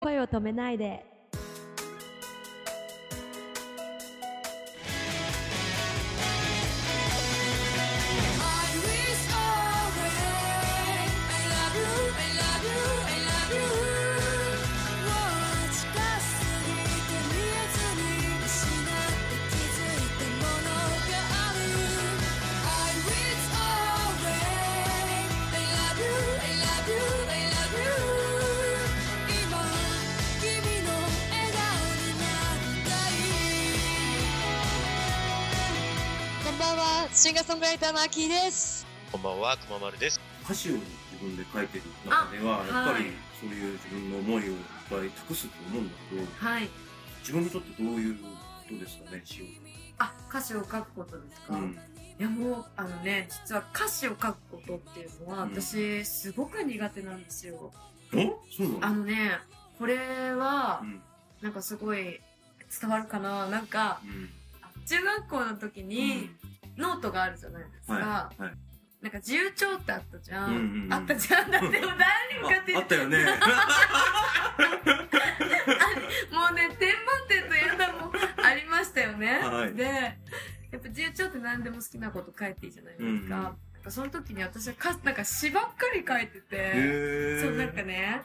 声を止めないで。こんばんは、シンガーソングライターのアキーです。こんばんは、くままるです。歌詞を自分で書いてる中ではやあっぱはいりそういう自分の思いをいっぱい託すと思うんだけどはい。自分にとってどういうことですかね詩を、あ、歌詞を書くことですか、うんいやもう、あのね、実は歌詞を書くことっていうのは、うん私、すごく苦手なんですよ。おそうなあののね、これはう、んなんかすごい伝わるかななんか、うん中学校の時にノートがあるじゃないですか。はいはいなんか自由帳ってあったじゃん。うんうんうんあったじゃん。だってもう誰に向かってああったよねもうね、天満点とやだもありましたよね。はいで、やっぱ自由帳って何でも好きなこと書いていいじゃないですか。うんうんなんかその時に私はかなんか詩ばっかり書いてて、へそうなんかね、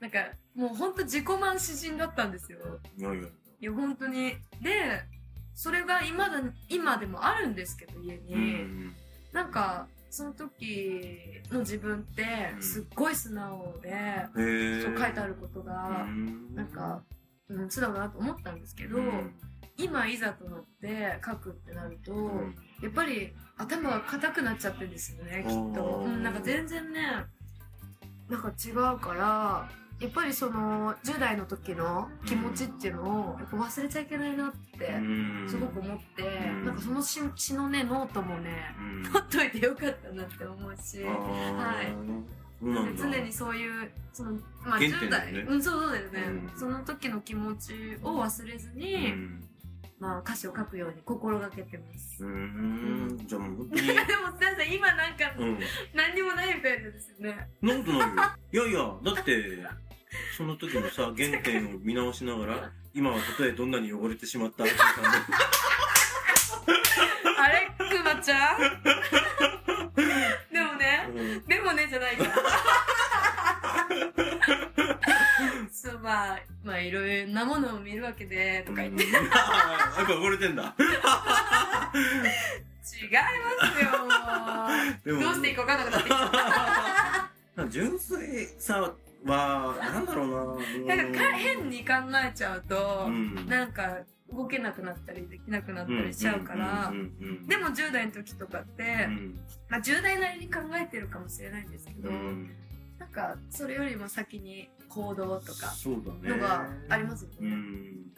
なんかもうほんと自己満詩人だったんですよ。いやいやいや、本当に。で、それが今だ、今でもあるんですけど、家に。うんなんか、その時の自分ってうんすっごい素直で、うんへえそう書いてあることが、なんか、うん、そうだなと思ったんですけど、今いざとなって書くってなると、やっぱり頭が硬くなっちゃってるんですよね、きっと。あーうん、なんか全然ね、なんか違うから、やっぱりその10代の時の気持ちっていうのをやっぱ忘れちゃいけないなってすごく思って、んなんかその詩詩のね、ノートもね、う ん取っといてよかったなって思うし、 あーそうなんだ常にそういうその、まあ、原点10だよ代、ねうんそうそうだよね、うんその時の気持ちを忘れずうに、んまあ、歌詞を書くように心がけてます、うんじゃあもう本当にでも先生今なんかうん何にもないみたいですよねなことないよ。いやいや、だって、その時のさ、原点を見直しながら、今はたとえどんなに汚れてしまったアキさんでもあれくまち ゃんでもねうんでもねじゃないからそうまあまあいろいろなものを見るわけでとか言って、違いうんあーやっぱ汚れてんだ。ますよでもどうしていいか分かんなくなってきた純粋さは、なんだろうな。なんか変に考えちゃうと、うんなんか動けなくなったりできなくなったりしちゃうから、うんうんうんうんでも10代の時とかって、うんまあ、10代なりに考えてるかもしれないんですけど、うんなんかそれよりも先に行動とかそうだね。のがありますようね。ん。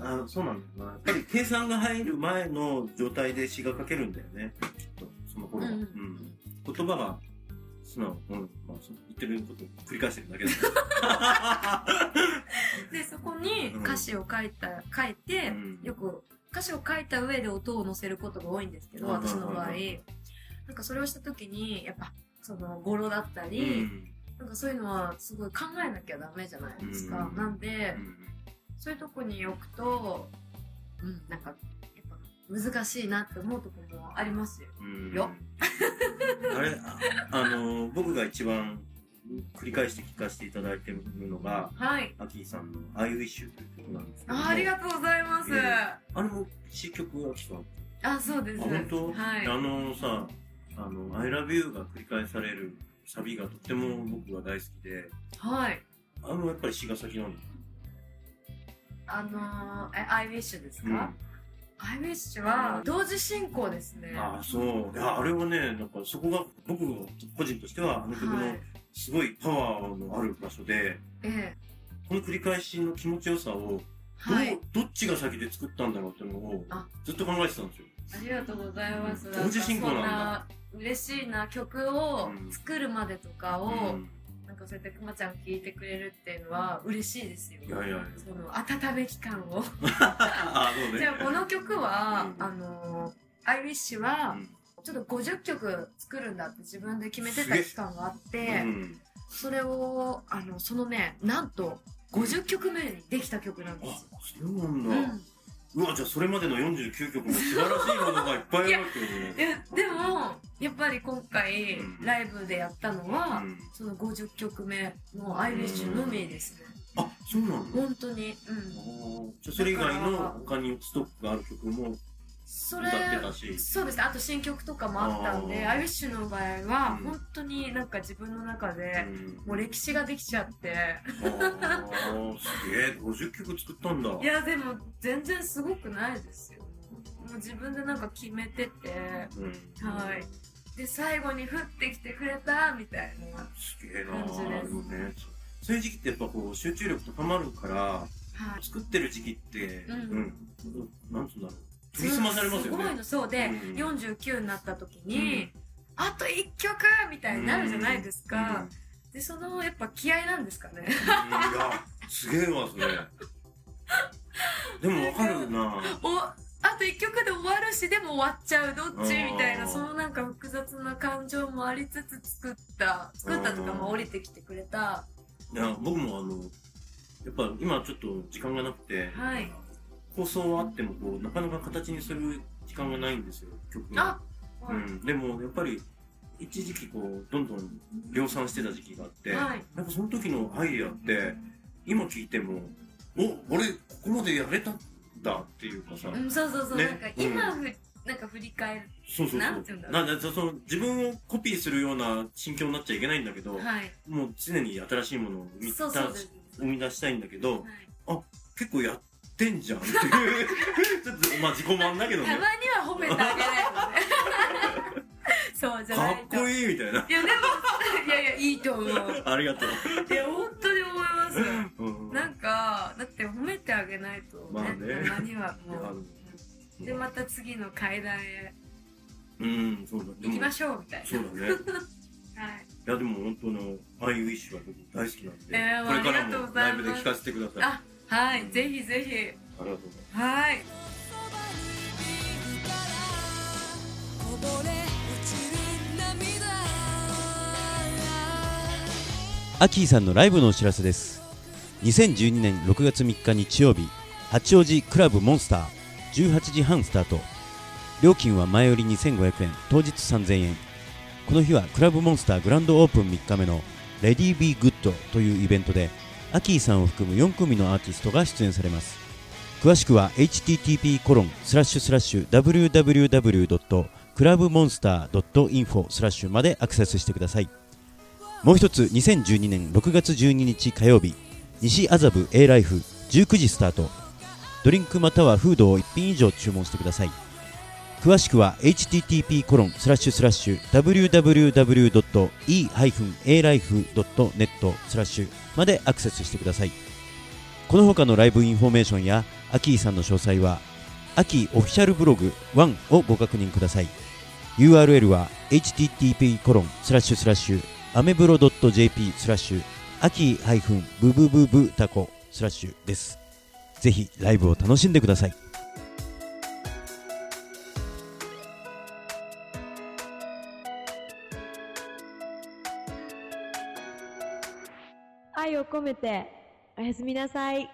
あそうなんだよな。やっぱり計算が入る前の状態で詩が書けるんだよね。きっと、その頃は。うんうん言葉が素直、うんまあ、その言ってることを繰り返してるだけだ でそこに歌詞を書いた書いて、うんよく歌詞を書いた上で音を乗せることが多いんですけどうん私の場合、うんなんかそれをした時にやっぱその語呂だったうり、んなんかそういうのはすごい考えなきゃダメじゃないですか。うんなんで、うんそういうとこに置くと、うん、なんか、やっぱ難しいなって思うところもありますよ。うんよあれああの僕が一番繰り返して聞かせていただいてるのがはい。アキーさんの「I wish you」という曲なんですけどもあありがとうございます。いえいえあれも詩曲アキさんああ、そうです。本当、はい。あのさ「あの I love you」が繰り返されるサビがとっても僕が大好きではい。あのやっぱり詩が先なんだあのー、え、I wish ですうんか、?I wish は、同時進行ですね。ああそういやあれはねなんかそこが僕個人としてはあの曲はのい。すごいパワーのある場所でええ。この繰り返しの気持ちよさをど,、はい。どっちが先で作ったんだろうっていうのをあずっと考えてたんですよ。ありがとうございます。同時進行なんだかそんな嬉しいな曲を作るまでとかを、うんなんかそうやってくまちゃん聞いてくれるっていうのは嬉しいですよ。いやいやいやその温め期間を。ああそうね。じゃあこの曲は、うんあの、I wish は、ちょっと50曲作るんだって自分で決めてた期間があって、うんそれを、あの、そのね、なんと50曲目にできた曲なんであすよ。そうなんうだ、うんわじゃあそれまでの49曲も素晴らしいものがいっぱいあるってことねいやでもやっぱり今回うんライブでやったのは、うんその50曲目のアイリッシュのみですね、あそうなんだ本当にうんじゃあそれ以外の他にストックがある曲もそ歌れってたしそうですねあと新曲とかもあったんであーアイリッシュの場合はうん本当になんか自分の中うでんもう歴史ができちゃってあーすげえ50曲作ったんだいやでも全然すごくないですよもう自分でなんか決めててうんはいで最後に降ってきてくれたみたいなはすげえな感じですでもねそういう時期ってやっぱこう集中力高まるからい作ってる時期ってううんん、なんつうんだろう研ぎ澄まされますよごいねのそうで、うん49になった時に、うんあと1曲みたいになるじゃないですか、でそのやっぱ気合なんですかねうんうんいやすげえわそれでもわかるなおあと1曲で終わるしでも終わっちゃうどっちあーみたいなそのなんか複雑な感情もありつつ作った作ったとかもうん降りてきてくれたいや僕もあのやっぱ今ちょっと時間がなくて、はい放送はあってもこうなかなか形にする時間がないんですよ曲があ、はういん、でもやっぱり一時期こうどんどん量産してた時期があって、はいなんかその時のアイデアって今聞いてもお俺ここまでやれたんだっていうかさ、うん、そうそうそう、ねなんか今うふ、なんか振り返るそうそうそうなんていうんだろなんでその自分をコピーするような心境になっちゃいけないんだけど、はいもう常に新しいものを生み出しそうそうです、生み出したいんだけど、はい結構やってんじゃんっていう ちょっとまあ自己満だけどたねまには褒めてあげないとね そうじゃかなっいとこいいみたいないやでもいやいやいいと思ういありがとや本当に思いますよう、うん、なんかだって褒めてあげないとね,、まあねたまにはもういやでまた次の階段へうんそうだで行もきましょうみたいそうだねなはいいやでも本当の「アイウィッシュは僕大好きなんで、えーこれからありがとうもござライいますブで聴かせてくださいああはい、ぜひぜりがとうございますひはいそばにいるからこぼれ落ちる涙アキーさんのライブのお知らせです2012年6月3日日曜日八王子クラブモンスター18時半スタート料金は前売り2500円当日3000円この日はクラブモンスターグランドオープン3日目の「レディー・ビー・グッド」というイベントでアキーさんを含む4組のアーティストが出演されます詳しくは http コロンスラッシュスラッシュ www.clubmonster.info スラッシュまでアクセスしてくださいもう一つ2012年6月12日火曜日西麻布 A ライフ19時スタートドリンクまたはフードを1品以上注文してください詳しくは http コロンスラッシュスラッシュ www.e-alife.net スラッシュまでアクセスしてくださいこの他のライブインフォメーションやアキーさんの詳細はアキーオフィシャルブログ1をご確認ください URL は http コロンスラッシュスラッシュアメブロ .jp スラッシュ秋ハイフンブブブブタコスラッシュですぜひライブを楽しんでください愛を込めておやすみなさい